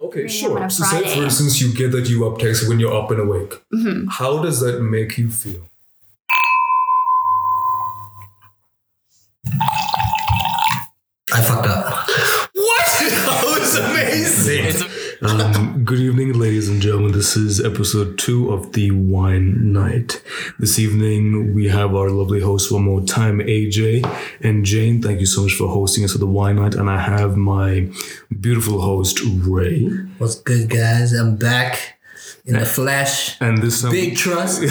Okay, Maybe sure. on a So say, Friday. for instance, you get that you up text when you're up and awake. Mhm. How does that make you feel? I fucked up. What? That was amazing. Um, good evening, ladies and gentlemen. This is episode two of the Wine Night. This evening, we have our lovely host one more time, AJ and Jane. Thank you so much for hosting us at the Wine Night. And I have my beautiful host, Ray. What's good, guys? I'm back in the flesh. And this time, Big trust. and,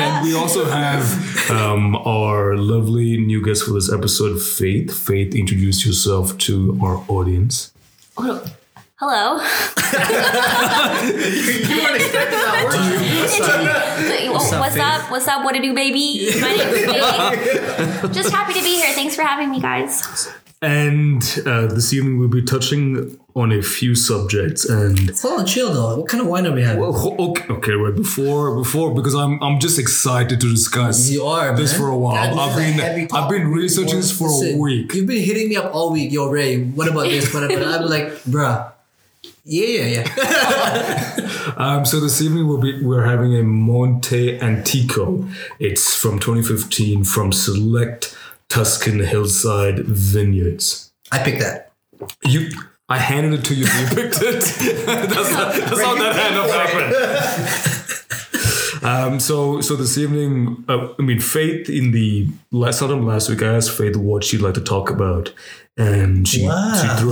and we also have um, our lovely new guest for this episode, Faith. Faith, introduce yourself to our audience. Hello. you weren't expecting that Oh, what's Faith? up? What's up? What to do, baby? My name is Faith. Just happy to be here. Thanks for having me, guys. And uh, this evening, we'll be touching on a few subjects and Hold on, chill though. What kind of wine are we having? Oh, okay, okay, wait. Before, before, because I'm, I'm just excited to discuss You are this man. for a while. That is I've a been, heavy I've topic. been researching this for a Listen, week. You've been hitting me up all week. Yo, Ray, what about this? What about? I'm like, bruh. Yeah, yeah, yeah. Um, so this evening we'll be, we're having a Monte Antico. It's from 2015 from Select Tuscan Hillside Vineyards. I picked that. You, I handed it to you. You picked it. that's not, that's not that hand up happened. Um, so, so this evening, uh, I mean, Faith in the last time last week, I asked Faith what she'd like to talk about, and she, she threw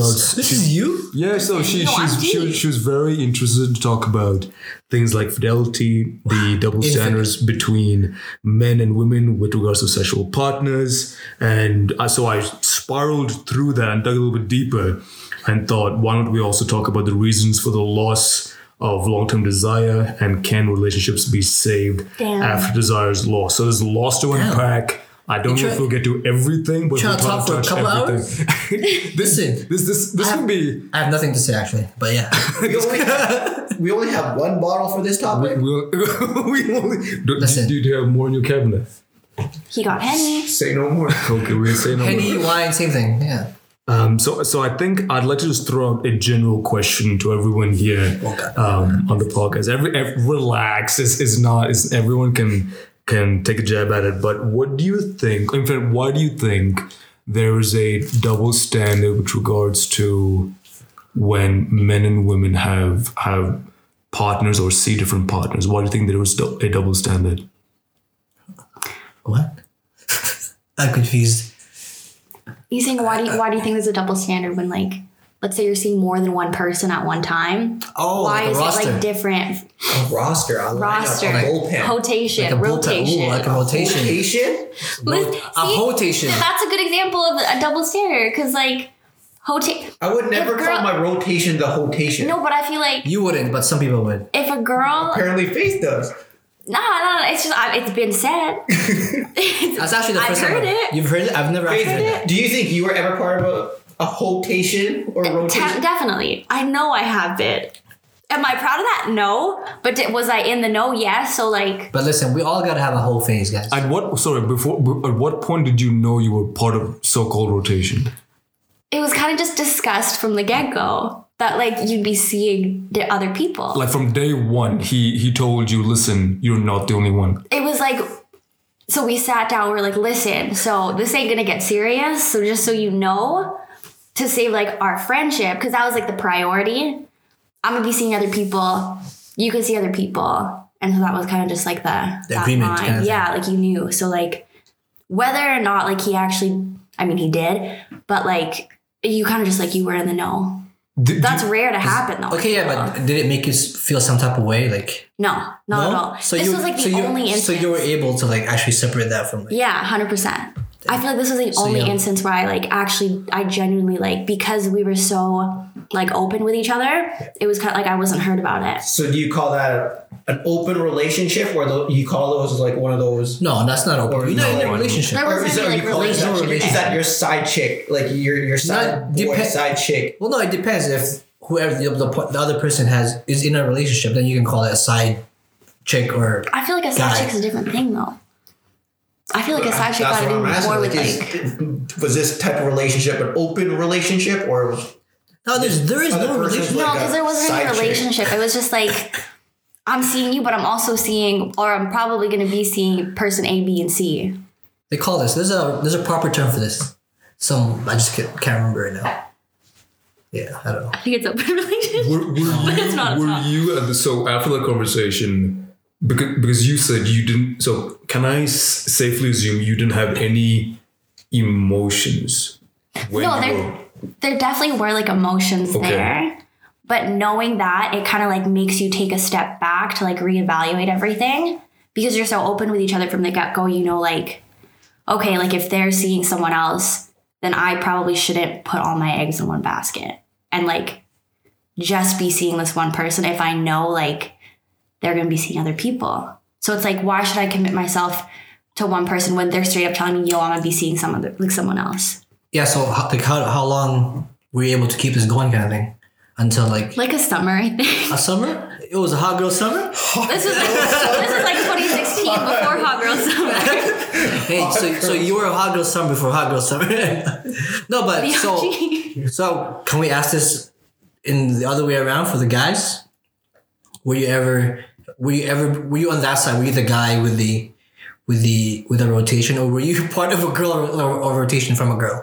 out. Ah, This she- is you? yeah, so she No, she's, I'm she was- she was very interested to talk about things like fidelity, the Ah, double standards between men and women with regards to sexual partners, and uh, so I spiraled through that and dug a little bit deeper, and thought, why don't we also talk about the reasons for the loss of long-term desire and can relationships be saved Damn. after desire is lost? So there's a loss to unpack. I don't know try- if we'll get to everything, but we'll trying to try talk for a touch couple everything. hours? this, Listen. this this this would be I have nothing to say actually, but yeah. We only, have, we only have one bottle for this topic. We, we only. Do, Listen. do you have more in your cabinet? He got Henny. Say no more. Okay, we say no. Penny, wine, same thing. Yeah. Um, so, so I think I'd like to just throw out a general question to everyone here um, on the podcast. Every, ev relax is is not is everyone can can take a jab at it. But what do you think? In fact, why do you think there is a double standard with regards to when men and women have have partners or see different partners? Why do you think there is dou- a double standard? What? I'm confused. You saying why do you, why do you think there's a double standard when like let's say you're seeing more than one person at one time? Oh, why like a is it roster. like different A roster, a lineup, roster, a bullpen. rotation, Like a bullpen. rotation? Ooh, like a rotation. Rotation? Lis- A see, rotation. That's a good example of a double standard because like rotation. Uh, I would never Girl- call my rotation the rotation. No, but I feel like You wouldn't, but some people would. if a girl, Apparently, Faith does. no, no, no, it's just I, it's been said. That's actually the I've first time. heard it. You've heard it? I've never actually Faith, heard that. do you think you were ever part of a, a rotation or rotation? Te- definitely, I know I have been. Am I proud of that? No, but di- was I in the know? Yes. So like, But listen, we all gotta have a whole phase, guys. At what sorry before b- at what point did you know you were part of so-called rotation? it was kind of just discussed from the get go that like you'd be seeing the other people. Like from day one, he he told you, listen, you're not the only one. it was like so we sat down we're like listen so this ain't gonna get serious so just so you know to save like our friendship because that was like the priority i'm gonna be seeing other people you can see other people and so that was kind of just like the, The that agreement line. kind of thing. yeah like you knew so like whether or not like he actually i mean he did but like you kind of just like you were in the know Did- that's rare to happen though Okay, yeah, but did it make you s- feel some type of way? Like, no not no? at all So this you, was like the so you, only instance So you were able to like actually separate that from like, Yeah, hundred percent. I feel like this was the only yeah. instance where I like actually I genuinely like because we were so like open with each other, it was kind of like I wasn't heard about it. so, do you call that an open relationship, or tho- you call those like one of those? no, that's not open. Or You're not no in a one. relationship. There Or wasn't is, that, any, you call like it- relationship. is that your side chick, like your your side boy, depe- side chick? Well, no, it depends if whoever the, the, po- the other person has is in a relationship, then you can call that a side chick or I feel like a side Got it. chick is a different thing though. I feel like a side That's chick got what to I'm be asking. more Like, with is, like was this type of relationship an open relationship, or No, there's there is Other no person's relationship. No, like because a there wasn't side any chick. relationship. It was just like I'm seeing you, but I'm also seeing, or I'm probably going to be seeing person A, B, and C. They call this. There's a there's a proper term for this. Some I just can't, can't remember right now. Yeah, I don't know. I think it's open relationship. Were, were it's not, you, it's were not. you at the, so after that conversation, because, because you said you didn't, so can I s- safely assume you didn't have any emotions? When No, you there there definitely were like emotions Okay. there, but knowing that it kind of like makes you take a step back to like reevaluate everything because you're so open with each other from the get go. You know, like okay, like if they're seeing someone else, then I probably shouldn't put all my eggs in one basket and like just be seeing this one person if I know like they're gonna be seeing other people. So it's like, why should I commit myself to one person when they're straight up telling me, "Yo, I'm gonna be seeing some other like someone else." Yeah, so how, like how how long were you able to keep this going, kind of thing, until like, Like a summer, I think. a summer? It was a hot girl summer. This is like this is like 2016 before Hot Girl Summer. Hey, so, so you were a hot girl summer before hot girl summer. no, but so Bianchi. so can we ask this in the other way around for the guys? Were you ever were you ever were you on that side? Were you the guy with the with the with a rotation, or were you part of a girl or, or rotation from a girl?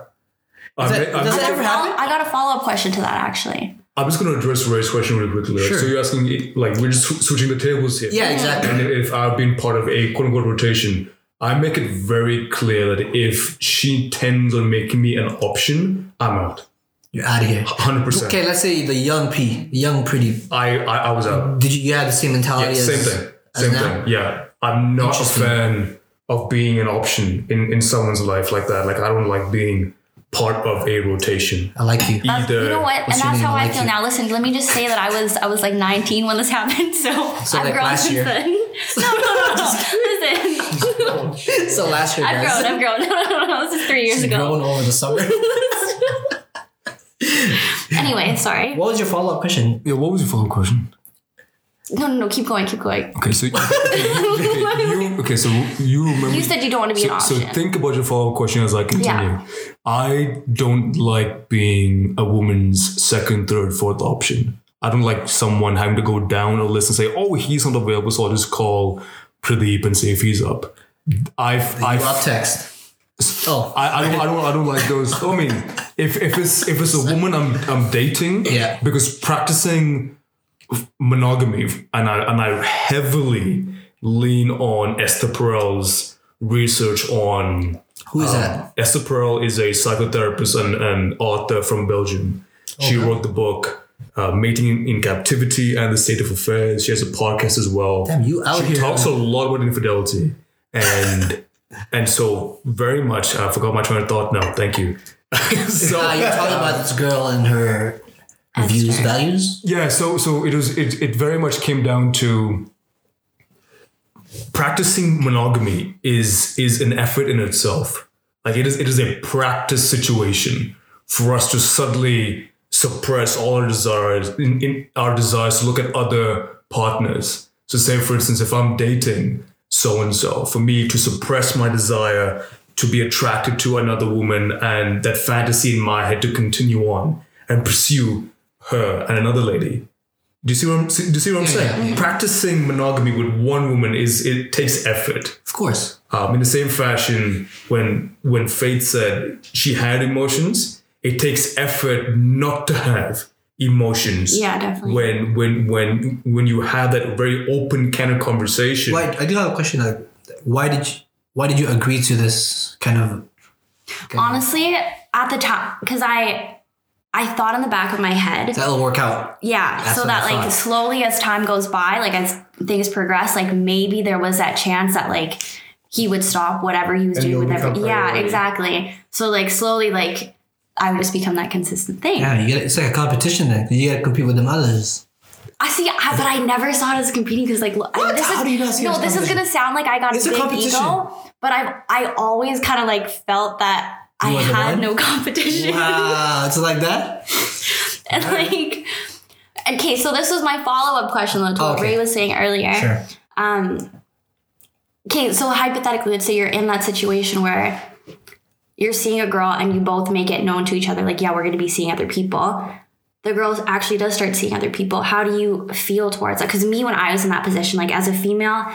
I'm, that- I'm- does that ever happen? I got a follow up question to that actually. I'm just going to address Ray's question really quickly. Like, Sure. So you're asking, like, we're just sw- switching the tables here. Yeah, exactly. And if I've been part of a quote unquote rotation, I make it very clear that if she intends on making me an option, I'm out. You're out of here. 100%. Okay, let's say the young P, young pretty. I, I, I was out. Did you, you have the same mentality Yeah, as same thing. as Same now? thing. Yeah. I'm not a Interesting. fan of being an option in, in someone's life like that. Like, I don't like being part of a rotation. I like you. That's, Um, you Either- know what? And What's your that's name? how I I like feel you. now. Listen, let me just say that I was I was like 19 when this happened, so, So, I've like, grown last since year. then. No, no, no, no. Listen, so last year, I've guys, grown. I've grown. No, no, no, no. This is three years She's ago. grown over the summer. Anyway, sorry. what was your follow up question? Yeah, what was your follow-up question? No, no, no. Keep going. Keep going. Okay, so okay, you, okay, so you remember You said you don't want to be an so, so option. think about your follow-up question as I continue. Yeah. I don't like being a woman's second, third, fourth option. I don't like someone having to go down a list and say, "Oh, he's not available," so I'll just call Pradeep and see if he's up. I've, I've Up text. Oh, I, I don't, I don't, I don't like those. I mean, if if it's if it's a woman I'm I'm dating, Yeah. because practicing monogamy, and I and I heavily lean on Esther Perel's research on who is that? Esther Perel is a psychotherapist and, and author from Belgium. She wrote the book uh, "Mating in, in Captivity" and the State of Affairs. She has a podcast as well Damn, you out she here. talks a lot about infidelity and and so very much i forgot my train of thought now thank you Oh. so Ah, you're talking about this girl and her views, values. yeah so so it was it, it very much came down to practicing monogamy is is an effort in itself like it is it is a practice situation for us to suddenly suppress all our desires in, in our desires to look at other partners so say for instance if i'm dating so and so for me to suppress my desire to be attracted to another woman and that fantasy in my head to continue on and pursue her and another lady do you see what I'm, see- do you see what I'm saying? Practicing monogamy with one woman is it takes effort. Of course. Um, in the same fashion, when when Faith said she had emotions, it takes effort not to have emotions. yeah, definitely. When when when when you have that very open candid conversation, Why? I do have a question. Like, why did you? Why did you agree to this kind of? Honestly, at the time, because I I thought in the back of my head, That'll work out. Yeah, That's so what I that like thought. slowly as time goes by, like as things progress, like maybe there was that chance that like he would stop whatever he was And doing you'll with every become Yeah, priority. exactly. So like slowly, like I would just become that consistent thing. Yeah, you get. It's like a competition. Then you got to compete with them others. I see, I, but I never saw it as competing because like look, this How is do you not see it no, as this is competition? gonna sound like I got It's a a big competition. ego, but I've I always kind of like felt that. I were the had one? no competition. Wow, it's like that. and like, okay, so this was my follow up question though, to what Okay. Ray was saying earlier. Sure. um okay so hypothetically let's say you're in that situation where you're seeing a girl and you both make it known to each other like yeah we're going to be seeing other people the girl actually does start seeing other people, how do you feel towards that? Because me, when I was in that position, like as a female,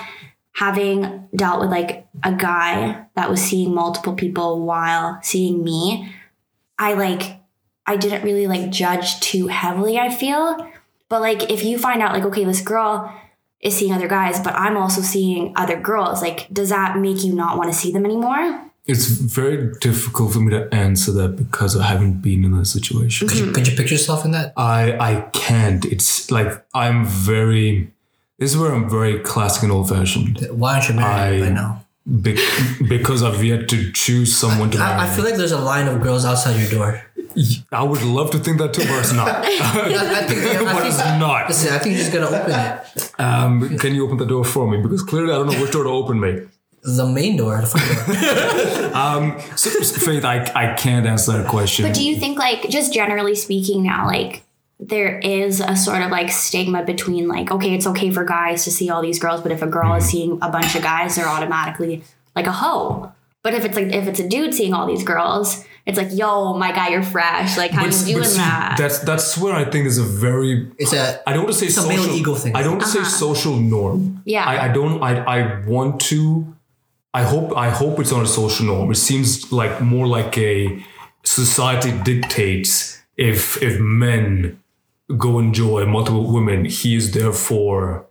having dealt with like a guy that was seeing multiple people while seeing me, I like, I didn't really like judge too heavily, I feel. But like, if you find out, like, okay, this girl is seeing other guys, but I'm also seeing other girls, like, does that make you not want to see them anymore? It's very difficult for me to answer that because I haven't been in that situation. Mm-hmm. Could you could you picture yourself in that? I I can't. It's like I'm very. This is where I'm very classic and old fashioned Why aren't you married I- by now? Be- because I've yet to choose someone to marry. I, I feel like there's a line of girls outside your door. I would love to think that too, but it's not. I, I think, but I it's think, not. listen, I think you're just gonna open it. Um, can you open the door for me? Because clearly I don't know which door to open, mate. The main door, the front door. So, so, Faith, I, I can't answer that question. But do you think, like, just generally speaking now, like, there is a sort of like stigma between, like, okay, it's okay for guys to see all these girls, but if a girl is seeing a bunch of guys, they're automatically like a hoe. But if it's like, if it's a dude seeing all these girls, it's like, yo, my guy, you're fresh. Like, how But you s- doing but see, that? That's that's where I think is a very. It's a I don't want to say a male social ego thing. I don't want to Uh-huh. say social norm. Yeah. I, I don't. I I want to. I hope. I hope it's not a social norm. It seems like more like a society dictates if if men go enjoy multiple women, he is therefore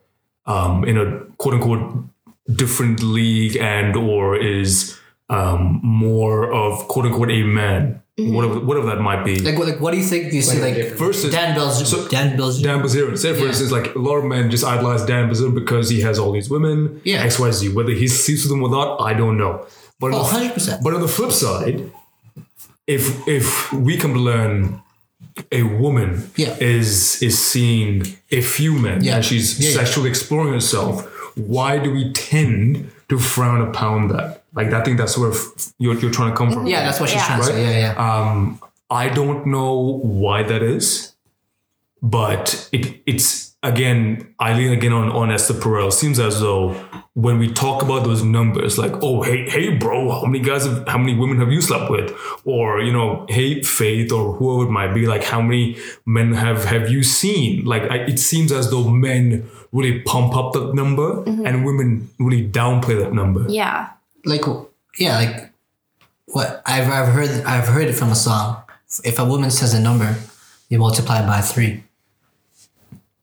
um, in a quote unquote different league and or is um, more of quote unquote a man, whatever whatever that might be. like what, like what do you think you see like Versus Dan Bell's So- Dan Bell's Dan Bazirian. Say for Yeah. instance, like a lot of men just idolize Dan Bazirian because he has all these women. Yeah. X Y Z. Whether he sleeps with them or not, I don't know. But on Oh, the- 100%. But on the flip side, if if we can learn a woman Yeah. is is seeing a few men Yeah. and she's Yeah, yeah. sexually exploring herself, why do we tend to frown upon that? Like I think that's where f- you're, you're trying to come from. Yeah, that's what she's Yeah. Uh, trying to say. Yeah, yeah. I don't know why that is, but it it's again, I lean again on, on Esther Perel. Seems as though when we talk about those numbers, like, oh hey, hey bro, how many guys have, how many women have you slept with? Or, you know, hey Faith or whoever it might be, like how many men have have you seen? Like I, it seems as though men really pump up that number and women really downplay that number. yeah. like yeah, like what I've I've heard I've heard it from a song. If a woman says a number, you multiply it by three.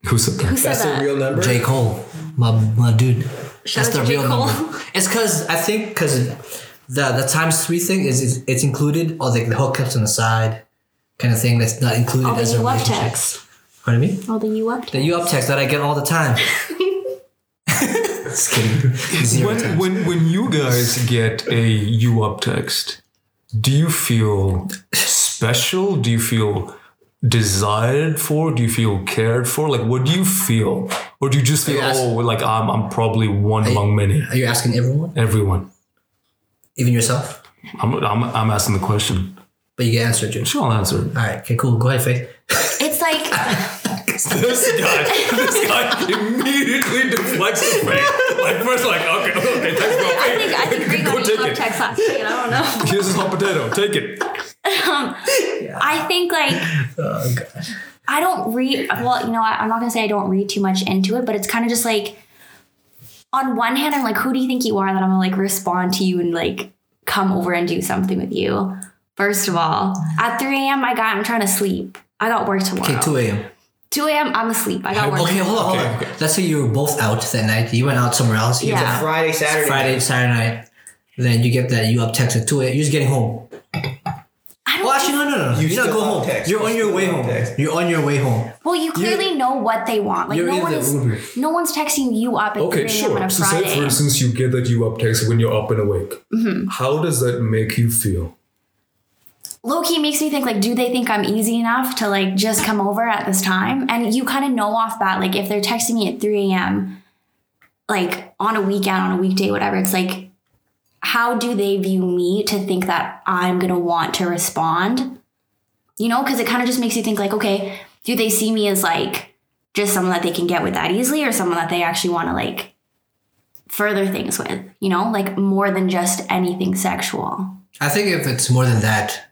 Who said that? Who said That's the that? real number. J Cole, my my dude. Shout out to J. Cole. number. It's because I think because the the times three thing is, is it's included or like the hookups on the side kind of thing that's not included all as the Oh, a you up relationship. text. What I mean? All the you up text. The you up text that I get all the time. Just kidding. Zero when, times. when when you guys get a you up text, do you feel special? Do you feel desired for? Do you feel cared for? Like what do you feel? Or do you just feel, you ask- oh, like I'm I'm probably one among many? Are you asking everyone, Everyone. even yourself? I'm, I'm, I'm asking the question. But you get answered, James. Sure, I'll answer it. All right. Okay. Cool. Go ahead, Faith. It's like, this guy, this guy immediately deflects the fact. Like first, like okay, okay, thanks, bro. I think, I think Greg Go got take you up it. text last night. I don't know. Here's this hot potato. Take it. I think like Oh, I don't read well, you know, I, I'm not gonna say I don't read too much into it, but it's kind of just like on one hand, I'm like, who do you think you are that I'm gonna like respond to you and like come over and do something with you? First of all, at 3 a.m. I got I'm trying to sleep. I got work tomorrow. Okay. Two a.m. 2 a.m. I'm asleep. I got work. Okay, hold on, hold on. Let's say you were both out that night. You went out somewhere else. You Yeah. Friday, Saturday. get Friday, Saturday night. Then you get that you up text at 2 a.m. You're just getting home. I don't Well, actually, no, no, no. no. You You're not still go up home. text. You're You on your still way up home. text. You're on your way home. well, you clearly know what they want. Like You're no in one the is Uber. no one's texting you up at Okay, 3 a.m. on sure. a So Friday. Mm-hmm. say for instance you get that you up text when you're up and awake. How does that make you feel? low key makes me think like, do they think I'm easy enough to like just come over at this time? And you kind of know off bat, like if they're texting me at 3 a.m., like on a weekend, on a weekday, whatever, it's like, how do they view me to think that I'm gonna want to respond? You know, because it kind of just makes you think like, okay, do they see me as like just someone that they can get with that easily or someone that they actually want to like further things with, you know, like more than just anything sexual. I think if it's more than that,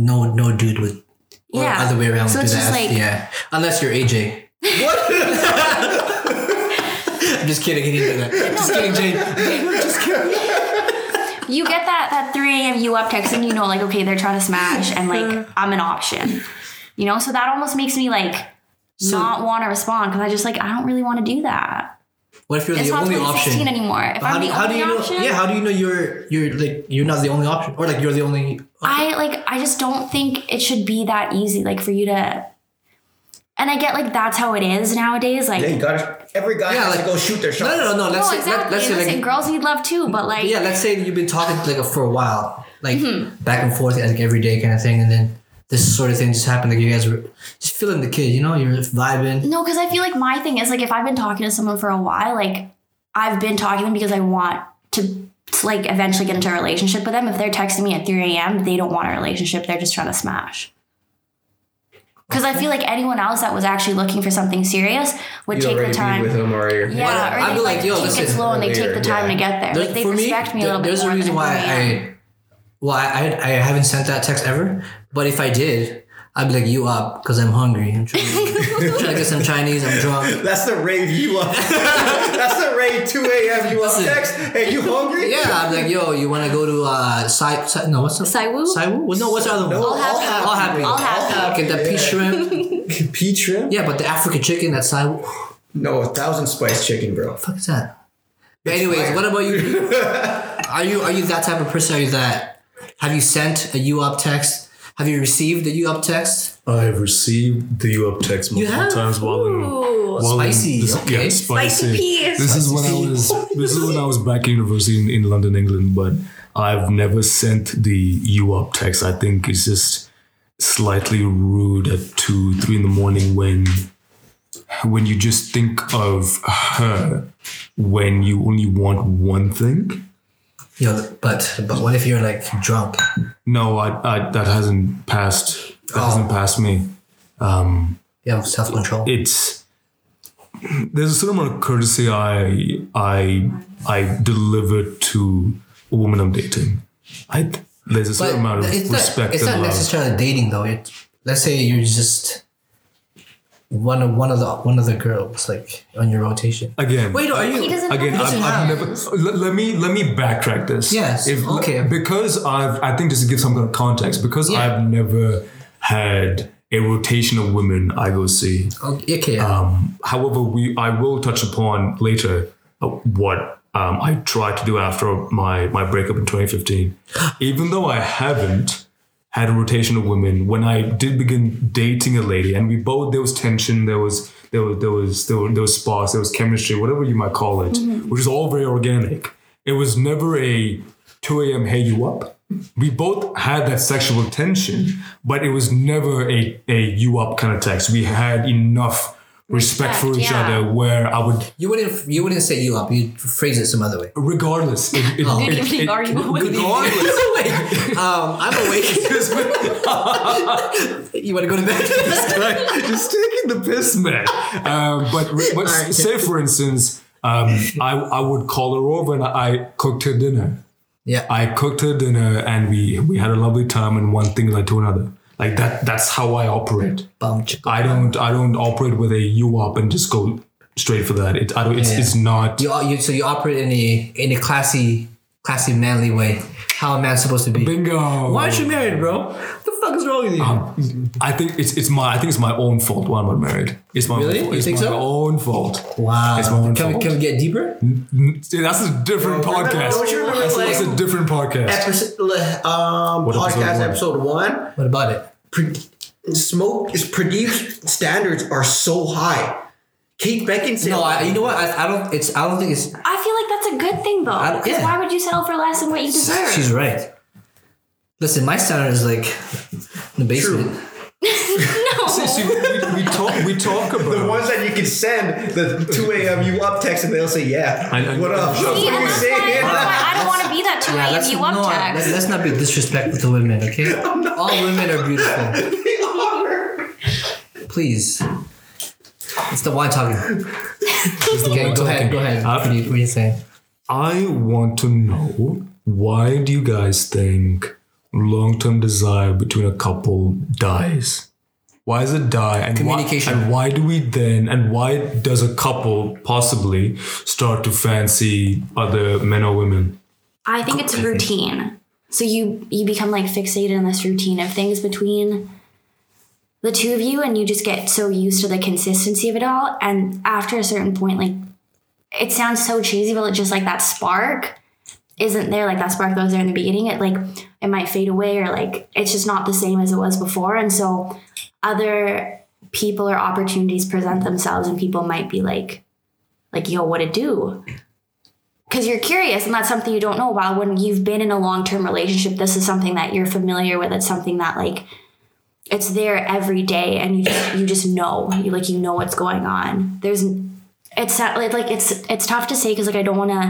no, no dude would or Yeah. other way around. So do it's that. just like- yeah, unless you're AJ. What? I'm just kidding. He didn't do that. Just kidding, Jane. Just kidding. You get that that 3 a.m. you up text and you know like okay they're trying to smash and like I'm an option. You know, so that almost makes me like not want to respond because I just like I don't really want to do that. What if you're It's the not only 2016 option? anymore. If How I'm do, the how do only you know? option, Yeah, how do you know you're you're like you're not the only option, or like you're the only? I like I just don't think it should be that easy like for you to and I get like that's how it is nowadays like Yeah, you gotta. Every guy Yeah, has like- to go shoot their No, shot. no, no. no. Let's no, say, exactly. let, let's say and listen, like girls need love too, but like yeah, let's say you've been talking like for a while, like Mm-hmm. back and forth, like every day kind of thing, and then this sort of thing just happened. Like you guys were just feeling the kid, you know, you're vibing. No, because I feel like my thing is like if I've been talking to someone for a while, like I've been talking to them because I want to like eventually get into a relationship with them. If they're texting me at 3 a.m., they don't want a relationship. They're just trying to smash. Because I feel like anyone else that was actually looking for something serious would take the time. with him or you're- yeah, or I'd they, be like, yo, take it listen, slow and they take the earlier, time yeah. to get there. There's- like they respect me, a th- little bit. There's more a reason than why 3 a.m.. I, well, I, I I haven't sent that text ever, but if I did, I'd be like, you up because I'm hungry. I'm trying, I'm trying to get some Chinese. I'm drunk. That's the rave you up. That's the rave 2 a.m. you up Listen. text. Hey, you hungry? Yeah, I'm like, yo, you want to go to uh, Sai, Sai? No, what's the Saiwu? Saiwu? Well, no, what's the other one? No, All happy. All happy. All happy. Get that peach shrimp. Peach shrimp? Yeah, but the African chicken that's Saiwu. No, a thousand spice chicken, bro. fuck is that? But anyways, what about you? are you are you that type of person? Are you that? Have you sent a you up text? Have you received a you up text? I've received the U up text multiple have? times while in Ooh. while in- Spicy, this- okay. yeah, Spicy spicy. peas. This is when I was this is when I was back in university in, in London, England, but I've never sent the U up text. I think it's just slightly rude at two, three in the morning when when you just think of her when you only want one thing. You know, but but what if you're like drunk? No, I, I that hasn't passed that Oh. hasn't passed me. You have self control. it's there's a certain amount of courtesy I I I deliver to a woman I'm dating. I there's a certain amount of it's respect not, it's and not love. necessarily dating though. It, let's say you're just one of one of the one of the girls like on your rotation. Again, Wait, are you? He doesn't again, have I've, to I've have- never. Let, let me let me backtrack this. Yes, okay. Because I've I think just to give some kind of context, because Yeah. I've never had a rotation of women I go see. Oh, okay, okay, However, we I will touch upon later uh, what um, I tried to do after my my breakup in 2015. Even though I haven't had a rotation of women, when I did begin dating a lady, and we both there was tension, there was there was there was there was, there was sparks, there was chemistry, whatever you might call it, which is all very organic. It was never a 2 a.m. Hey, you up? We both had that sexual tension, but it was never a, a you up kind of text. We had enough respect, Respect, for each yeah. other where I would, you wouldn't you wouldn't set you up. You'd phrase it some other way. regardless, it, it, Oh. it- Good evening, it- are you awake? regardless, Wait, um, I'm awake. you want to go to bed? just taking the piss, man. Um, but re- but Alright. say for instance, um, I I would call her over and I cooked her dinner. yeah. I cooked her dinner and we we had a lovely time and one thing led to another. Like that that's how I operate. Bum chicka. I don't I don't operate with a U up and just go straight for that. It I don't it's Yeah. it's not You, you so you operate in a in a classy, classy, manly way. How a man's supposed to be. bingo. Why aren't you married, bro? What the fuck is wrong with you? I think it's it's my I think it's my own fault why I'm not married. It's my Really? own, You it's think my so? own fault. wow. It's my own Can we, fault. can we get deeper? See, that's a different remember- podcast. don't you remember, That's- like- that's a different podcast. Episode, um, What episode podcast one? episode one. What about it? Pre- smoke is Pradeep's standards are so high. Kate Beckinsale. No, I, you know what? I, I don't. It's I don't think it's. I feel like that's a good thing though. I- 'cause yeah. why would you settle for less than what you deserve? She's right. Listen, my standard is like in the basement. no. See, we, we talk we talk about The ones that you can send the 2 a.m. you up text and they'll say, yeah. I- I- what up? See, what See, and are you that's why, that's saying? why I don't want to be that 2 Yeah, a.m. let's, you up no, text. let- let's not be disrespectful to women, okay? All women are beautiful. They are. Please. It's the wine talking. okay, wine go ahead, talking. go ahead. Uh, what, do you, what do you say? I want to know why do you guys think long-term desire between a couple dies? Why does it die? And Communication. Why, and why do we then? And why does a couple possibly start to fancy other men or women? I think it's routine. So you you become like fixated in this routine of things between the two of you, and you just get so used to the consistency of it all. And after a certain point, like it sounds so cheesy, but it just like that spark isn't there. Like that spark that was there in the beginning, it like it might fade away, or like it's just not the same as it was before. And so other people or opportunities present themselves, and people might be like, like, yo, what it do? because you're curious and that's something you don't know about when you've been in a long-term relationship this is something that you're familiar with it's something that like it's there every day and you just you just know you like you know what's going on there's it's not like like it's it's tough to say because like i don't want to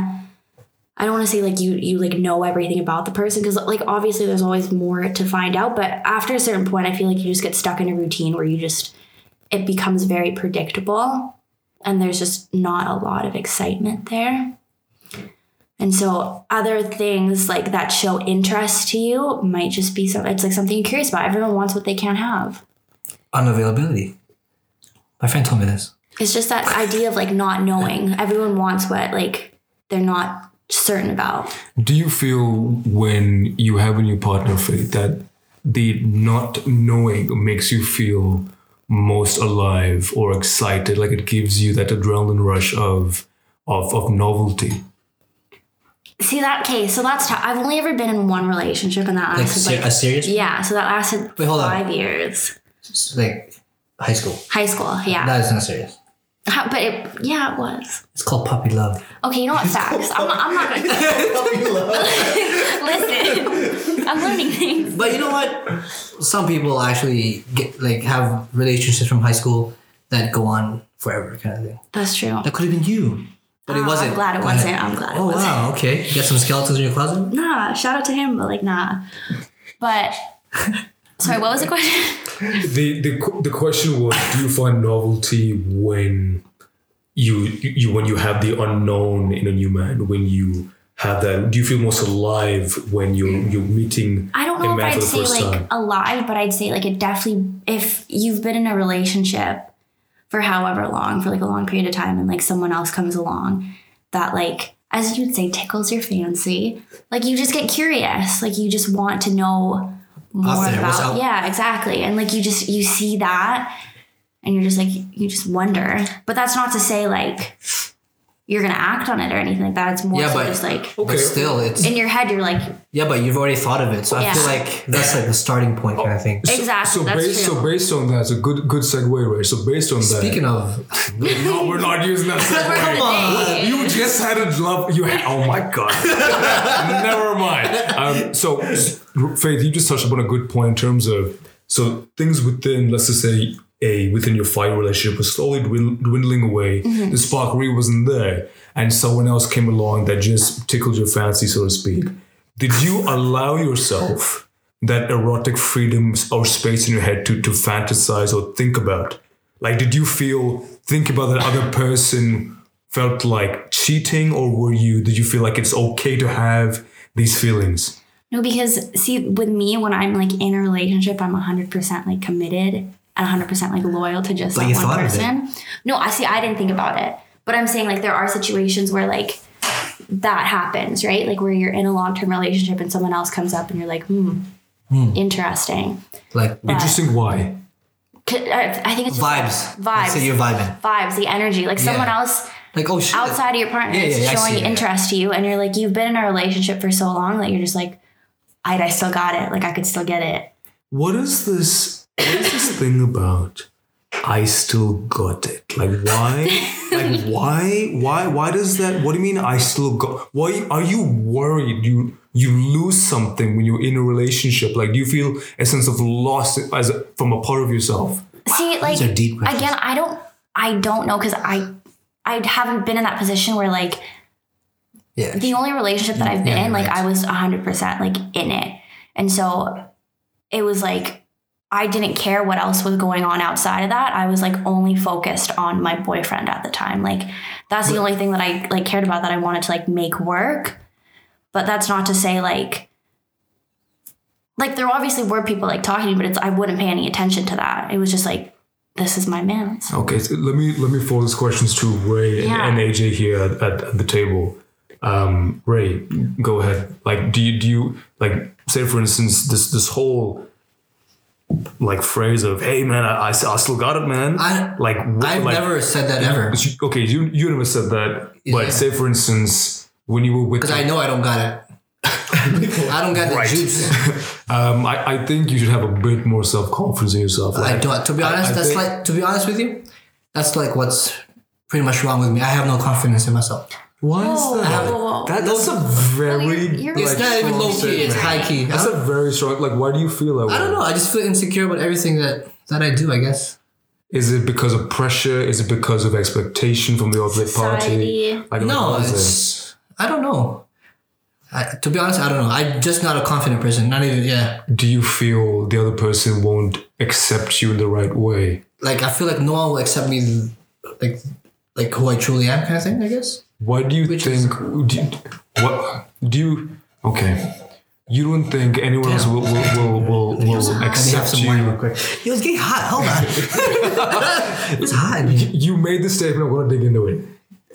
i don't want to say like you you like know everything about the person because like obviously there's always more to find out but after a certain point i feel like you just get stuck in a routine where you just it becomes very predictable and there's just not a lot of excitement there and so other things like that show interest to you might just be some it's like something you're curious about. Everyone wants what they can't have. Unavailability. My friend told me this. It's just that idea of like not knowing. Everyone wants what like they're not certain about. Do you feel when you have a new partner, Faith, that the not knowing makes you feel most alive or excited? Like it gives you that adrenaline rush of of, of novelty. See that okay, so that's tough. I've only ever been in one relationship and that Like lasted ser- like, a serious Yeah, so that lasted Wait, hold on. five years. like high school. High school, yeah. That is not serious. How- but it, yeah, it was. It's called puppy love. Okay, you know what? Facts. I'm, not- I'm not gonna listen. I'm learning things. But you know what? Some people actually get like have relationships from high school that go on forever, kind of thing. That's true. That could have been you, but Oh, it I'm wasn't. glad it Go ahead. wasn't. I'm glad it oh wasn't. wow, okay. You got some skeletons in your closet. nah, shout out to him, but like, nah. But sorry, what was the question? the the qu- the question was: Do you find novelty when you you when you have the unknown in a new man? When you have that, do you feel most alive when you're you're meeting? I don't a know if man for I'd the say first like time? alive, but I'd say like it definitely, if you've been in a relationship for however long, for like a long period of time, and like someone else comes along that like, as you'd say, tickles your fancy, like you just get curious. Like you just want to know more there, what's about. up? Yeah, exactly. And like you just, you see that and you're just like, you just wonder. But that's not to say like, you're gonna act on it or anything like that. It's more Yeah, so but- just like Okay. But still, it's in your head, you're like, yeah, but you've already thought of it, so I Yeah. feel like that's like the starting point, kind of thing. exactly. So that's based true. so based on that, it's a good good segue, right? So based on Oh. that, Speaking of, no, we're not using that segue. come on, You just had a love. You had, oh my god. Never mind. Um, so, s- Faith, you just touched upon a good point in terms of so things within, let's just say, a within your fire relationship was slowly dwin- dwindling away. Mm-hmm. The spark really wasn't there, and someone else came along that just tickled your fancy, so to speak. Did you allow yourself that erotic freedom or space in your head to to fantasize or think about? Like, did you feel think about that other person felt like cheating, or were you? Did you feel like it's okay to have these feelings? No, because see, with me, when I'm like in a relationship, I'm 100% like committed and 100% like loyal to just you like one thought of it. person. No, I see, I didn't think about it. But I'm saying like there are situations where like that happens, right? Like where you're in a long term relationship and someone else comes up and you're like, hmm, interesting. like Interesting. Why? C- uh, I I think it's just vibes, Vibes. So you're vibing, vibes, the energy. Like someone Yeah. else like oh shit, outside of your partner Yeah, is yeah, I see showing that. interest to you and you're like, you've been in a relationship for so long that you're just like, I, I still got it. Like I could still get it. What is this? What is this thing about? I still got it. Like why? Like why? Why? Why does that? What do you mean? I still got. Why are you worried? You you lose something when you're in a relationship. Like do you feel a sense of loss as a, from a part of yourself? See, like are deep questions. again, I don't, I don't know because I, I haven't been in that position where like Yeah, the only relationship that I've been in, Yeah, you're like right. I was hundred percent like in it, and so it was like I didn't care what else was going on outside of that. I was like only focused on my boyfriend at the time. Like that's the only thing that I like cared about that I wanted to like make work. But that's not to say like like there obviously were people like talking to me, but it's I wouldn't pay any attention to that. It was just like, this is my man. So Okay, so let me let me forward these questions to Ray and- Yeah. and, AJ here at, at, at the table. Um, Ray, go ahead. Like, do you do you like say for instance this this whole like phrase of "Hey man, I, I, s- I still got it, man." I- like wh- I've like, never said that ever you- Okay, you you never said that, Yeah. but say for instance when you were with because I know I don't got it. I don't got the Right. juice. um, I I think you should have a bit more self confidence in yourself. I Like, don't. To be honest, I that's think- like to be honest with you, that's like what's pretty much wrong with me. I have no confidence in myself. why Whoa, is that? whoa, whoa. that that's a very Well, you're- you're Like, It's not even low strong key. It's high key. I That's a don't, very strong. Like, why do you feel that way? I don't know. I just feel insecure about everything that that I do. I guess. Is it because of pressure? Is it because of expectation from the opposite Society. party? Like, No, what is it's I don't know. I, to be honest, I don't know. I'm just not a confident person. Not even yeah. it? Do you feel the other person won't accept you in the right way? Like I feel like no one will accept me, like like who I truly am, kind of thing. I guess. Why do you Which is- think? do you, what do you? Okay, you don't think anyone else will will will, will, will Let me have accept some wine you? real quick. It was getting hot. Hold on. it's hot. You made the statement. I want to dig into it.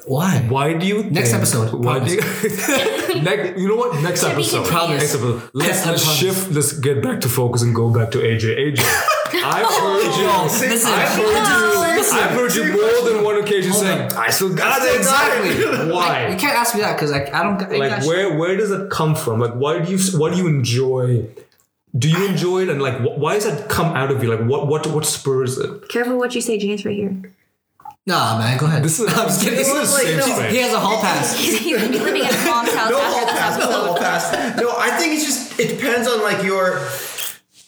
Why? Why do you? Next think- episode, Why do you? next, you know what? Next Should we episode. continue? Next episode. Let's, I let's promise. shift. Let's get back to focus and go back to AJ. AJ, I've heard you. Listen. I've heard you. I've heard you more than one occasion saying, "I still got it." Exactly. You Why? can't ask me that because like I don't. I Like, gosh. where where does that come from? Like, why do you why do you enjoy? Do you enjoy it? And like, wh- why does that come out of you? Like, what what what spurs it? careful what you say, James, right here. Nah, man, go ahead. This is I'm just kidding. This is a Like, safe no. space. he has a hall pass. He's, he's gonna be living at mom's house No hall after pass. this No hall episode. pass. No, I think it's just it depends on like your.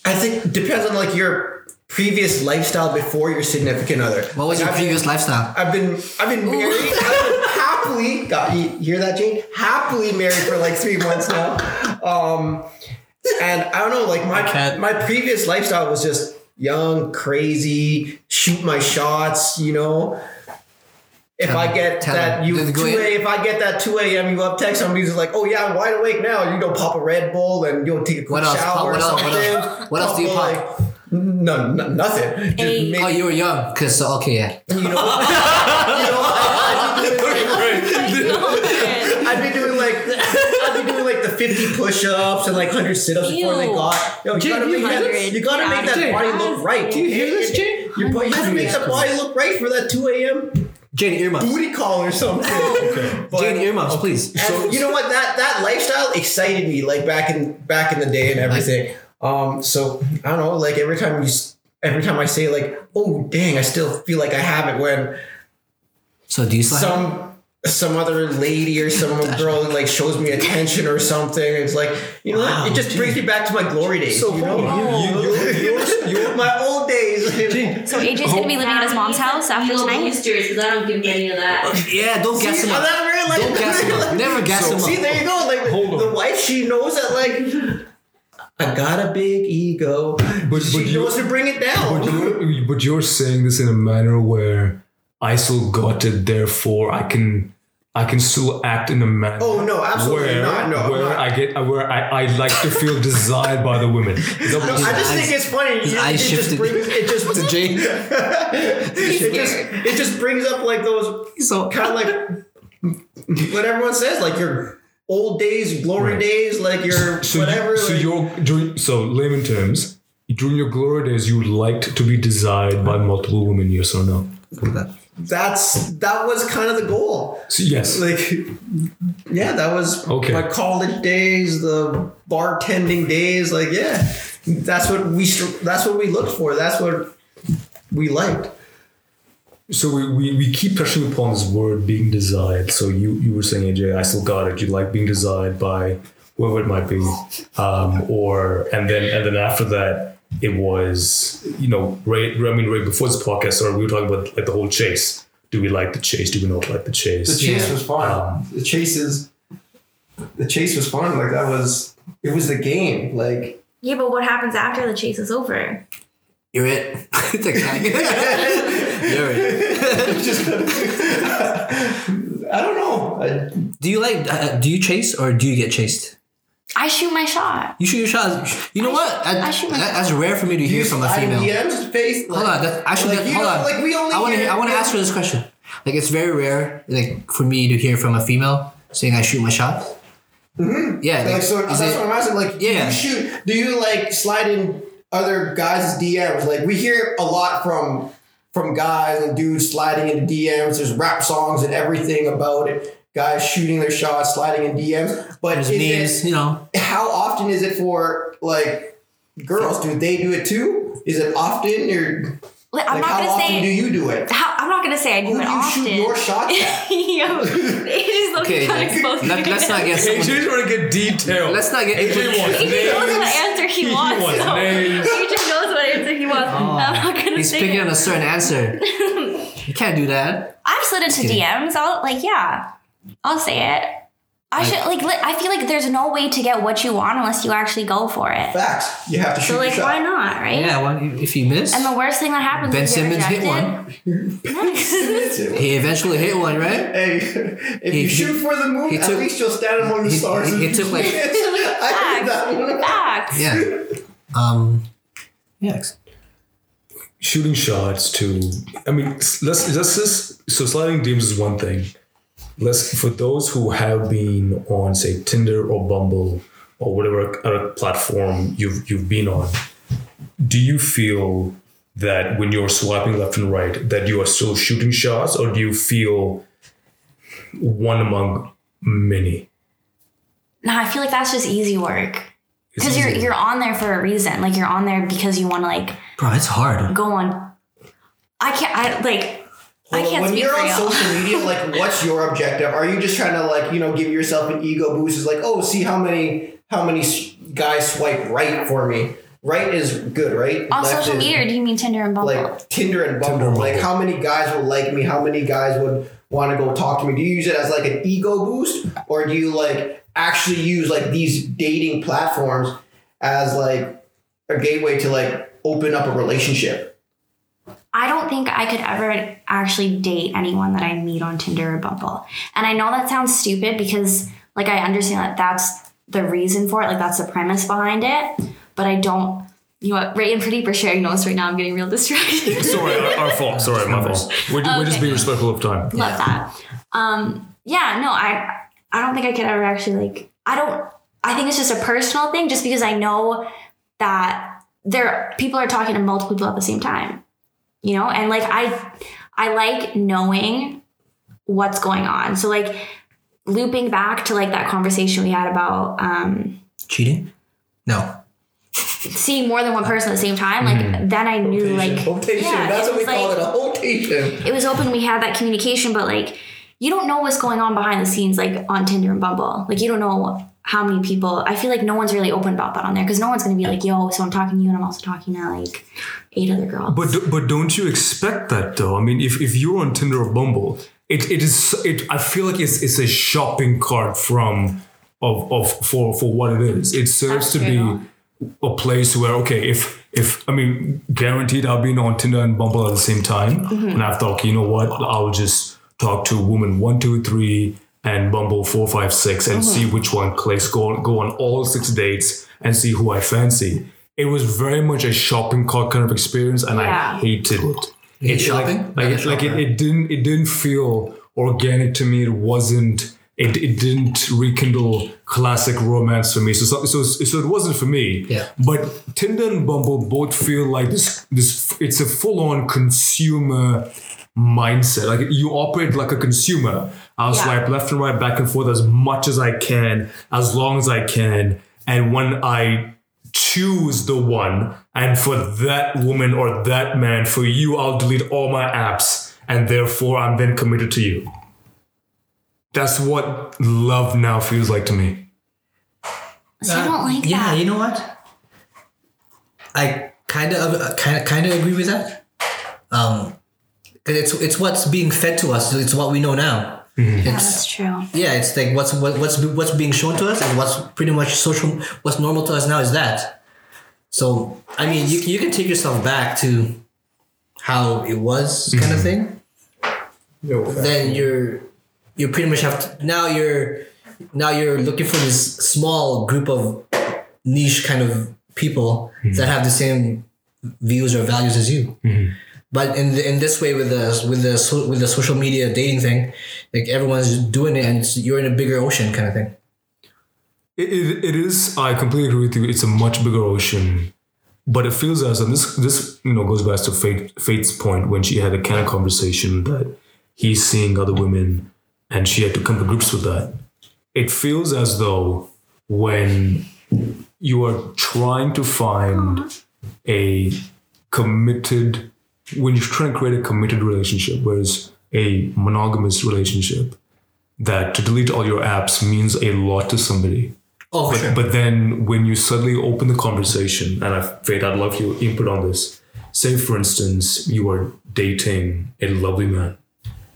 I think depends on like your previous lifestyle before your significant other. What was your I've been- previous lifestyle? I've been I've been married. I've been happily got you hear that, Jane? Happily married for like three months now. Um, and I don't know, like I my can't. my previous lifestyle was just young, crazy, shoot my shots, you know. If I get Tell that him. you Did it go two in? a, if I get that two a.m. you up text, somebody's like, "Oh yeah, I'm wide awake now." You know, pop a Red Bull and you'll take a quick What else? shower. Pop- what else? or What something. else? What else do you Couple, pop? Like, no, no, nothing. Just Hey. maybe- Oh, you were young, cause okay, yeah. you know, you know I'd, be doing, No, man. I'd be doing like I'd be doing like the 50 push-ups and like 100 sit-ups before they Ew. got. Yo, you Jay, gotta you make that, hundred. you gotta make that Jay. body look right. Do you hear this, Jay? You, you gotta make that body look right for that 2 a.m. Jane earmuffs. booty call or something. okay. But, Jane earmuffs, please. and you know what? That that lifestyle excited me like back in back in the day and everything. Um, so I don't know. Like every time you, s- every time I say like, oh dang, I still feel like I have it when. So do you still have? Uh-huh. some some other lady or some girl like shows me attention or something. It's like you know, Wow, it just brings me back to my glory days. So you know, you, you, you, you're- you're my old days. So AJ's gonna be living at his mom's house after tonight. because I don't give any of that. Yeah, don't guess See, him I'm up. not really like- Don't guess him up. Never guess him See, up. there you go. Like Hold the on. wife, she knows that like. I got a big ego. but she you- knows to bring it down. But you're, but you're saying this in a manner where I still got it, therefore I can I can still act in a manner. Oh, no, absolutely where, not. No, I'm where not. I get where I, I like to feel desired by the women. Is that what No, you're I saying? just eyes- think it's funny. his It, eyes it shifted. just brings it just Jane, it just it just brings up like those so kind of like what everyone says, like your old days, glory Right. days, like your so whatever. You, so like- your during, so layman terms during your glory days you liked to be desired by multiple women. Yes or no? that's that was kind of the goal. So yes. Like, yeah, that was Okay. my college days, the bartending days. Like, yeah, that's what we str- that's what we looked for. That's what we liked. So we, we, we keep touching upon this word being desired. So you, you were saying, AJ, I still got it. You like being desired by whoever it might be, um, or and then and then after that, it was you know right. I mean, right before this podcast started, we were talking about like the whole chase. Do we like the chase? Do we not like the the chase? chase Yeah. was fun. the chase is the chase was fun. Like that was it was the game. Like Yeah, but what happens after the chase is over? you're it. It's a guy. You're it. I don't know. I, Do you like? Uh, do you chase or do you get chased? I I shoot my shot. You shoot your shot. You know I what? shoot- That- I shoot my- that- that's rare for me to hear from a female. IBM's face. Like, Hold on, that's, I should. Like, you hold know, on. like, we only I want to. hear- I want to ask her this question. Like it's very rare, like for me to hear from a female saying I shoot my shots. Mm-hmm. Yeah, Like, so is that's it- what I'm asking. Like, Yeah. do you shoot? Do you like slide in other guys' DMs? Like, we hear a lot from from guys and dudes sliding into DMs. There's rap songs and everything about it. Guys shooting their shots, sliding in DMs. But there's is memes, you know. it, how often is it for like girls? Do they do it too? Is it often or Like, I'm like not how gonna often say do you do it? how, I'm not gonna say I do Who do it you often. shoot your shots at? Yo, it is looking Okay, kind of let, explosive. let, us not get. AJ Someone, just want to get detailed. let's not get. AJ wants He just knows what names. answer he, He wants. wants though. names. He just knows what answer he wants. I'm not gonna Ah, He's say picking it. on a certain answer. you can't do that. I've slid into kidding. DMs. I'll like, yeah, I'll say it. I should like. Li- I feel like there's no way to get what you want unless you actually go for it. Facts. You have to shoot. So your like, shot. why not, right? Yeah, well, if you miss, And the worst thing that happens Ben is you Simmons hit rejected. one. Nice. He eventually hit one, right? Hey, if He- you shoot for the moon, he at took- least you'll stand among the he- stars. he- he took, like- I heard that one. Facts. Yeah. Um. Yeah. shooting shots to i mean let's let's just so sliding DMs is one thing let's for those who have been on say tinder or bumble or whatever other platform you've you've been on do you feel that when you're swiping left and right that you are still shooting shots or do you feel one among many Nah, I feel like that's just easy work. It's Because you're easier. you're on there for a reason. Like you're on there because you want to like Bro, it's hard. go on. I can't. I like. I Well, can't when speak you're for on you. social media, like, what's your objective? Are you just trying to like, you know, give yourself an ego boost? It's like, oh, see how many how many s- guys swipe right for me. Right is good, right? on Left social is, media, or do you mean Tinder and Bumble? like Tinder and Bumble. like, how many guys will like me? How many guys would want to go talk to me? Do you use it as like an ego boost, or do you like actually use like these dating platforms as like a gateway to like open up a relationship? I don't think I could ever actually date anyone that I meet on Tinder or Bumble. And I know that sounds stupid because, like, I understand that that's the reason for it, like, that's the premise behind it. But I don't, you know what, Ray and Pretty for sharing notes right now. I'm getting real distracted. sorry our, our fault sorry my fault we're, we're just Oh, Okay. being respectful of time Love that. Um, yeah, no, I, I don't think I could ever actually, like, I don't, I think it's just a personal thing just because I know that there, people are talking to multiple people at the same time. you know and like i i like knowing what's going on so like looping back to like that conversation we had about um Cheating? No. seeing more than one person at the same time like then i knew like Hotation. yeah, That's it what we was call like- it, a hotation. it was open we had that communication but like you don't know what's going on behind the scenes like on tinder and bumble like you don't know how many people i feel like no one's really open about that on there because no one's going to be like yo so i'm talking to you and i'm also talking to like eight other girls But do- but don't you expect that though? I mean, if, if you're on Tinder or Bumble, it, it is it. I feel like it's it's a shopping cart from of of for for what it is. It serves to true. be a place where okay, if if I mean, guaranteed, I've been on Tinder and Bumble at the same time, and I've thought, you know what, I'll just talk to woman one two three and Bumble four five six and see which one clicks. Go go on all six dates and see who I fancy. It was very much a shopping cart kind of experience, and I Yeah. hated it. It shopping? like, like, it, like it, it didn't it didn't feel organic to me. It wasn't. It, it didn't rekindle classic romance for me. So, so so so it wasn't for me. Yeah. But Tinder and Bumble both feel like this this it's a full on consumer mindset. Like you operate like a consumer. I'll Yeah. swipe left and right, back and forth as much as I can, as long as I can. And when I choose the one, and for that woman or that man, for you, I'll delete all my apps, and therefore I'm then committed to you. That's what love now feels like to me. so i don't like uh, Yeah, that you know what? I kind of kind of kind of agree with that. Um, 'cause it's it's what's being fed to us. It's what we know now. yeah that's true Yeah, it's like what's what, what's what's being shown to us and what's pretty much social. What's normal to us now is that. So I mean, you you can take yourself back to how it was, kind of thing. No, Mm. Then you're you pretty much have to now you're now you're looking for this small group of niche kind of people that have the same views or values as you. But in the, in this way with the with the so, with the social media dating thing, like everyone's doing it, and it's, you're in a bigger ocean kind of thing. It, it, it is. I completely agree with you. It's a much bigger ocean, but it feels as and this this you know goes back to Fate, Fate's point when she had a kind of conversation that he's seeing other women, and she had to come to grips with that. It feels as though when you are trying to find a committed when you're trying to create a committed relationship, whereas a monogamous relationship, that to delete all your apps means a lot to somebody. Oh, But, sure. but then when you suddenly open the conversation, and I Fate, I'd love your input on this. Say, for instance, you are dating a lovely man,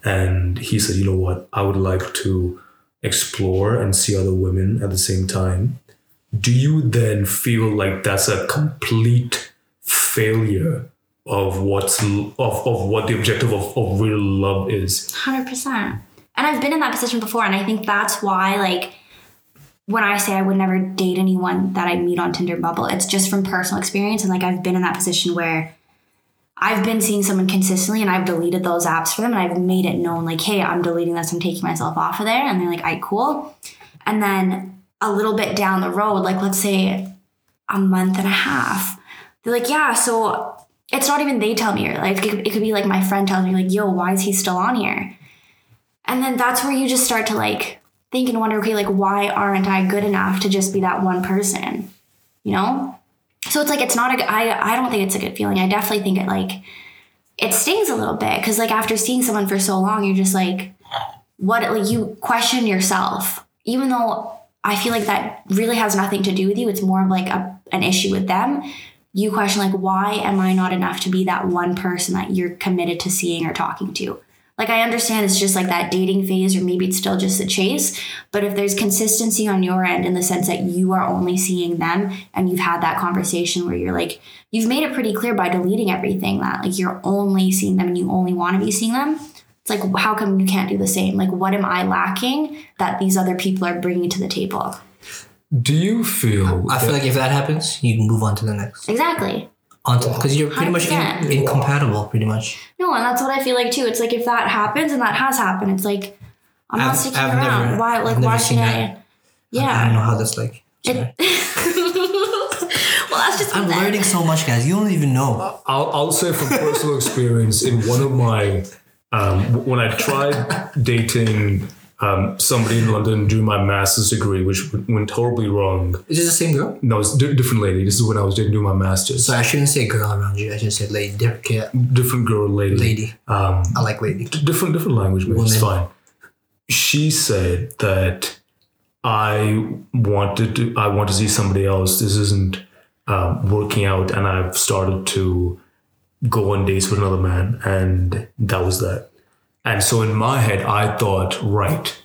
and he said, "You know what? I would like to explore and see other women at the same time." Do you then feel like that's a complete failure of what's l- of, of what the objective of, of real love is? Hundred percent. And I've been in that position before, and I think that's why, like, when I say I would never date anyone that I meet on Tinder Bubble, it's just from personal experience. And like, I've been in that position where I've been seeing someone consistently, and I've deleted those apps for them, and I've made it known, like, hey, I'm deleting this. I'm taking myself off of there, and they're like, I cool. And then a little bit down the road, like let's say a month and a half, they're like, yeah, so. It's not even they tell me, or like it could- it could be like my friend tells me, like, "Yo, why is he still on here?" And then that's where you just start to like think and wonder, okay, like why aren't I good enough to just be that one person? You know? So it's like it's not a g- I I don't think it's a good feeling. I definitely think it like it stings a little bit cuz like after seeing someone for so long, you're just like what like you question yourself. Even though I feel like that really has nothing to do with you, it's more of like a, an issue with them. You question like why am I not enough to be that one person that you're committed to seeing or talking to? Like I understand it's just like that dating phase, or maybe it's still just a chase. But if there's consistency on your end in the sense that you are only seeing them and you've had that conversation where you're like, you've made it pretty clear by deleting everything that like you're only seeing them and you only want to be seeing them. It's like, how come you can't do the same? Like, what am I lacking that these other people are bringing to the table? Do you feel I feel like if that happens, you can move on to the next, Exactly. on to because you're pretty much in, 100%. incompatible, pretty much. No, and that's what I feel like too. It's like if that happens and that has happened, it's like I'm not I've- sticking I've around. never- why? Like, I've why never should seen I? that. I don't Yeah. know how that's like. It- well, that's just I'm learning so much, guys. You don't even know. I'll, I'll say from personal experience in one of my um, w- when I tried dating um, somebody in London during my master's degree, which w- went horribly wrong. Is it the same girl? No, it's di- different lady. This is when I was doing doing my master's. So I shouldn't say girl around you. I should say lady. Different kid. Different girl, lady. Lady. Um, I like lady. d- different different language, but it's fine. She said that I wanted to I want to see somebody else. This isn't um, working out, and I've started to go on dates with another man, and that was that. And so in my head, I thought, right,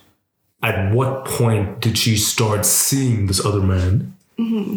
at what point did she start seeing this other man?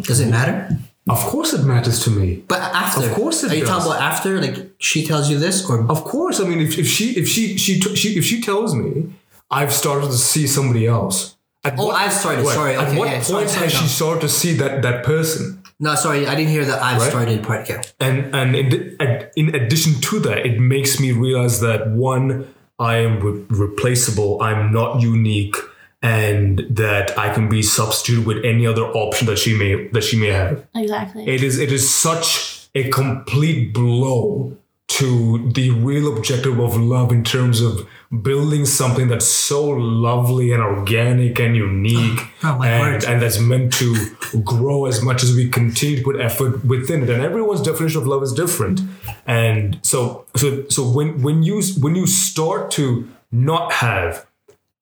Does it matter? Of course, it matters to me. But after, Of course it Are you does. talking about after? Like she tells you this, or Of course, I mean, if, if she if she, she t- she if she tells me I've started to see somebody else. At Oh, I've started, sorry, At okay, what yeah, point sorry, sorry, has no. she started to see that that person? no? Sorry, I didn't hear that. I've Right. started part again. And and in, ad- in addition to that, it makes me realize that one, I am re- replaceable. I'm not unique, and that I can be substituted with any other option that she may that she may have. exactly. It is it is such a complete blow to the real objective of love in terms of building something that's so lovely and organic and unique Oh, my and, word. and that's meant to grow as much as we continue to put effort within it and everyone's definition of love is different and so so so when when you when you start to not have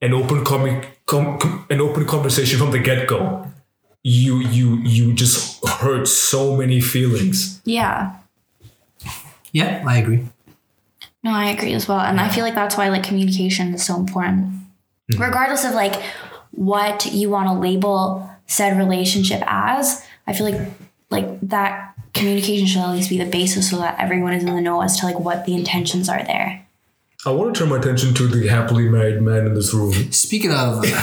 an open com- com- com- an open conversation from the get-go you you you just hurt so many feelings. yeah. Yeah, I agree. No, I agree as well. And I feel like that's why like communication is so important. Regardless of like what you want to label said relationship as, I feel like like that communication should at least be the basis so that everyone is in the know as to like what the intentions are there. I want to turn my attention to the happily married man in this room. Speaking of uh,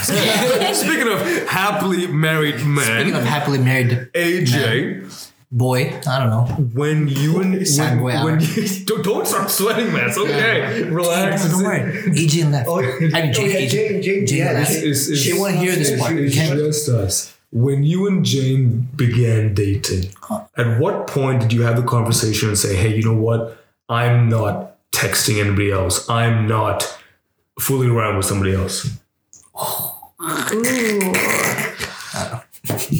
speaking Speaking of happily married of man, happily married AJ, boy, I don't know. when you and when, Segue out. when you don't, don't start sweating, man. It's okay. Relax. Don't worry. AJ E left. Oh, I mean, E Jay, okay, Jane, Jane, Jane, yeah, that's- Jane. It's- it's- She won't hear this it's- part. It's Can't- just us. When you and Jane began dating, Oh. at what point did you have the conversation and say, "Hey, you know what? I'm not texting anybody else. I'm not fooling around with somebody else." Ooh.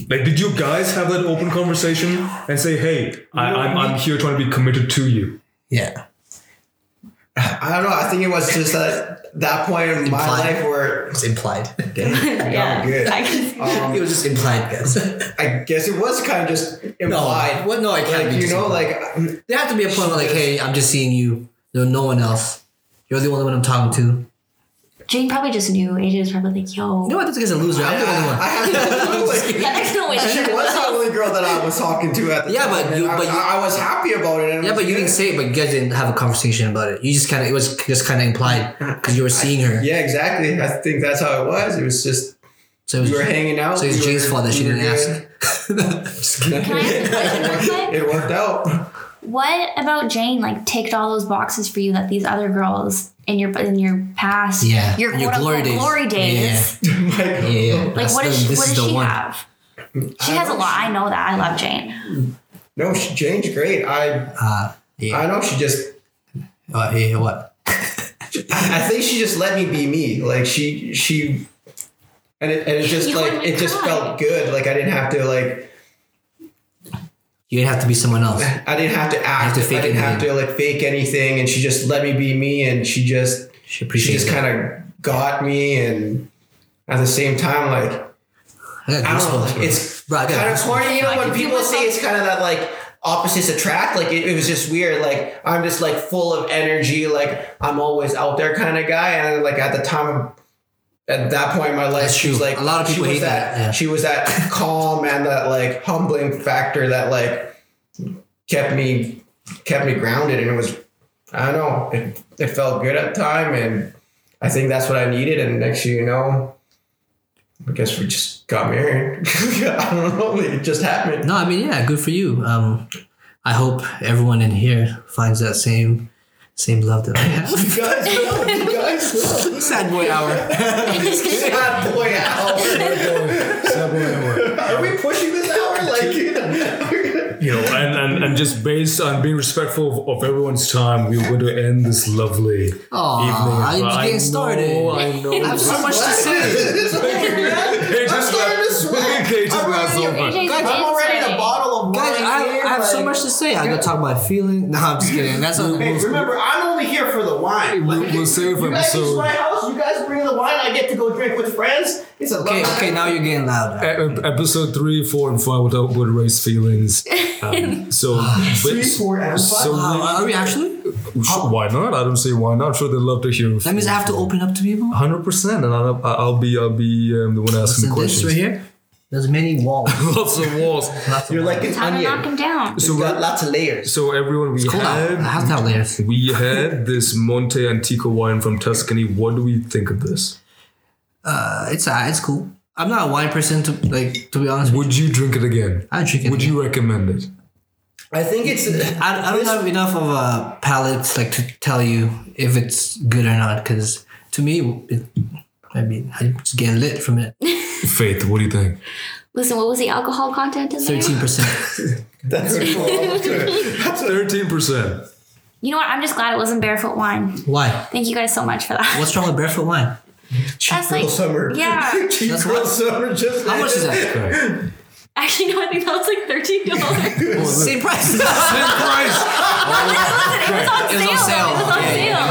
Like, did you guys have that open conversation and say, "Hey, I, I'm, I'm here trying to be committed to you"? Yeah. I don't know. I think it was just that that point in my Implied. life where It's implied. yeah. good. I can see. it was just implied, guys. I guess it was kind of just implied. No, what? No, I can't. Like be you just know, implied. like mm, there had to be a point where, like, hey, I'm just seeing you. There's no one else. You're the only one I'm talking to. You Jane probably just knew. AJ was probably like, yo. know what? This guy's a loser. I'm the only one. I have to Yeah, there's no way. She was the only girl that I was talking to at the Yeah, time. but and you- I, but you- I, I was happy about it. And it Yeah, was but you good. didn't say it, but you guys didn't have a conversation about it. You just kind of, it was just kind of implied because you were seeing her. Yeah, exactly. I think that's how it was. It was just So it we was, were hanging out. so it's we Jane's were- fault that she we were didn't good. ask. Just kidding. Can I ask a question real quick? It worked out. What about Jane? Like, ticked all those boxes for you that these other girls in your in your past, Yeah. your, Your quote glory glory days. days, glory days yeah, yeah. like That's what the- does she, this what is does the she one. have? She has a lot. I know that. I love Jane. No, she changed great. I Uh, I yeah. know she just Uh, yeah. What? I think she just let me be me. Like she she and it and it just You like wouldn't it just cry. felt good. Like I didn't have to like You didn't have to be someone else. I didn't have to act. to fake I didn't have to anything. like fake anything. And she just let me be me. And she just She she appreciates just it. kind of got me. And at the same time, I like got I don't goosebumps. know, bro. it's Bro, I got kind of goosebumps. corny. You know Like, when if you people were say some- it's kind of that like opposites attract. Like it, it was just weird. Like I'm just like full of energy. Like I'm always out there kind of guy. And like at the time. At that point in my life, That's she was true. like A lot of she people was hate that, yeah. She was that calm and that like humbling factor that like kept me kept me grounded, and it was I don't know it, it felt good at the time, and I think that's what I needed. And next thing you know, I guess we just got married. I don't know. It just happened. No, I mean, yeah, good for you. Um, I hope everyone in here finds that same same love that I have. You guys know. You guys know. Sad boy hour. Sad boy hour. Are we pushing this hour? Like, you know, You know, and, and, and just based on being respectful of, of everyone's time, we are going to end this lovely Oh. evening. Aw, But I'm I getting Know, started. I know. I have so much to say. Hey, I'm just starting laugh. to sweat. Okay, just I'm laugh so already- much. AJ's I'm already in a bottle of wine. Guys, I, here, I have so like- much to say. I gotta talk about feelings. No, I'm just kidding. That's all. Hey, remember, I'm only here for the wine. We'll- we'll save you guys use episode. my house. You guys bring the wine. I get to go drink with friends. It's a Okay, love- okay, now you're getting loud. E- Episode three, four, and five without would raise feelings. Um, so, Ah, Three, four, and so five. Wow, are we actually? Sure, why not? I don't see why not. I'm sure they'd love to hear. Ah. That means I have to open up to people. Hundred percent, and I'll, I'll be I'll be um, the one asking Listen, this questions. right here. There's many walls. Lots of walls. Lots of You're walls. like an How to knock onion. him down? So got lots of layers. So everyone, we Cool. I had have to have layers. we had this Monte Antico wine from Tuscany. What do we think of this? Uh, it's uh, it's cool. I'm not a wine person to like to be honest. With you. Would you drink it again? I drink it. Would you recommend it? I think it's. I, I don't have enough of a palate like to tell you if it's good or not because to me it, I mean I just get lit from it Faith, what do you think? Listen, what was the alcohol content in there? thirteen percent That's Thirteen percent. You know what? I'm just glad it wasn't barefoot wine. why Thank you guys so much for that. what's wrong with barefoot wine That's like, summer. yeah. that's what Summer just. how much is that Right. Actually, no, I think that was like thirteen dollars. same price Same price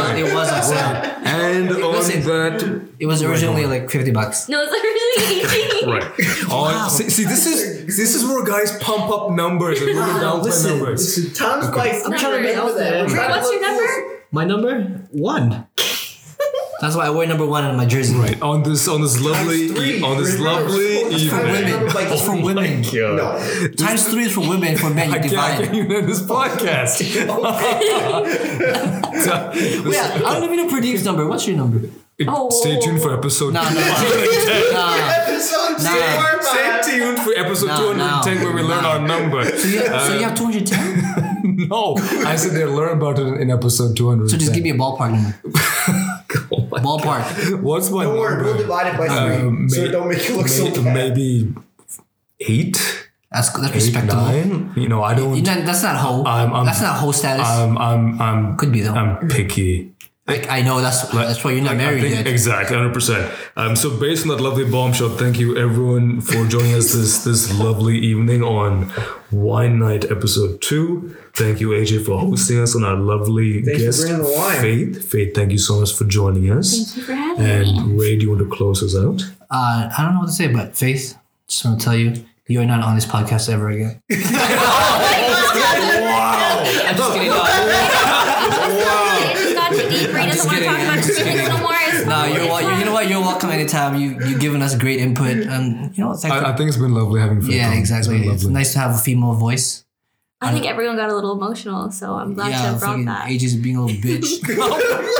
Listen, it was on sale. It was on sale. it was on sale Yeah, yeah, it was on sale and on Listen. that. it was originally like fifty bucks No, it's originally eighteen. Right. On, see, see, this is this is where guys pump up numbers and really downplay listen, numbers. Times by. I'm trying to be out there What's your number? my number one That's why I wear number one on my jersey. Right on this on this lovely Times three. e- on this Remember, lovely it's for evening. women, like, it's for oh women. My God. No. Times three is for women, for men you I can't, I divide. can't even end this podcast. This- Yeah, I don't even know Pradeep's number. What's your number? Oh. Stay tuned for episode. Nah, two. no, nah. Episode Nah. four, Stay man. tuned for episode No, 210 no, where we learn no. our number. So you have, so you have 210? No, I said they learn about it in episode 200. So just give me a ballpark number. Ballpark. What's my Don't worry, we'll number? divide it by Uh, three. so may- it don't make you look so may- bad. Maybe eight, That's that's eight, respectable. nine. You know, I don't. You know, that's not hoe. I'm- I'm- that's not hoe status. I'm, I'm, I'm, Could be though. I'm picky. I, I know that's that's why you're not I married think- yet. Exactly, hundred percent. Um, so based on that lovely bombshell, thank you everyone for joining us this this lovely evening on Wine Night episode two. Thank you AJ for hosting us and our lovely Thanks for guest bringing the wine. Faith. Faith, thank you so much for joining us. Thank you for having me. And Ray, do you want to close us out? Uh, I don't know what to say, but Faith, just want to tell you, you are not on this podcast ever again. Wow! Oh I'm just kidding. No, It just got too deep. Rita doesn't want to kidding. talk I'm about just chickens no more. It's no, fine. Uh, you're wel- It's you, you know fine. what? You're welcome anytime. You you've given us great input. Um, you know what? Thanks. I, for- I think it's been lovely having Faith. on. yeah, exactly. It's been It's lovely. nice to have a female voice. I think everyone got a little emotional, so I'm glad yeah, you brought fucking that. AJ's being a little bitch.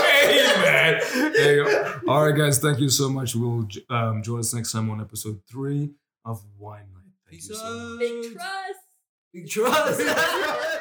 hey man. Hey, all right, guys. Thank you so much. We'll um, join us next time on episode three of Wine Night. Thank you so much. Trust. Big trust.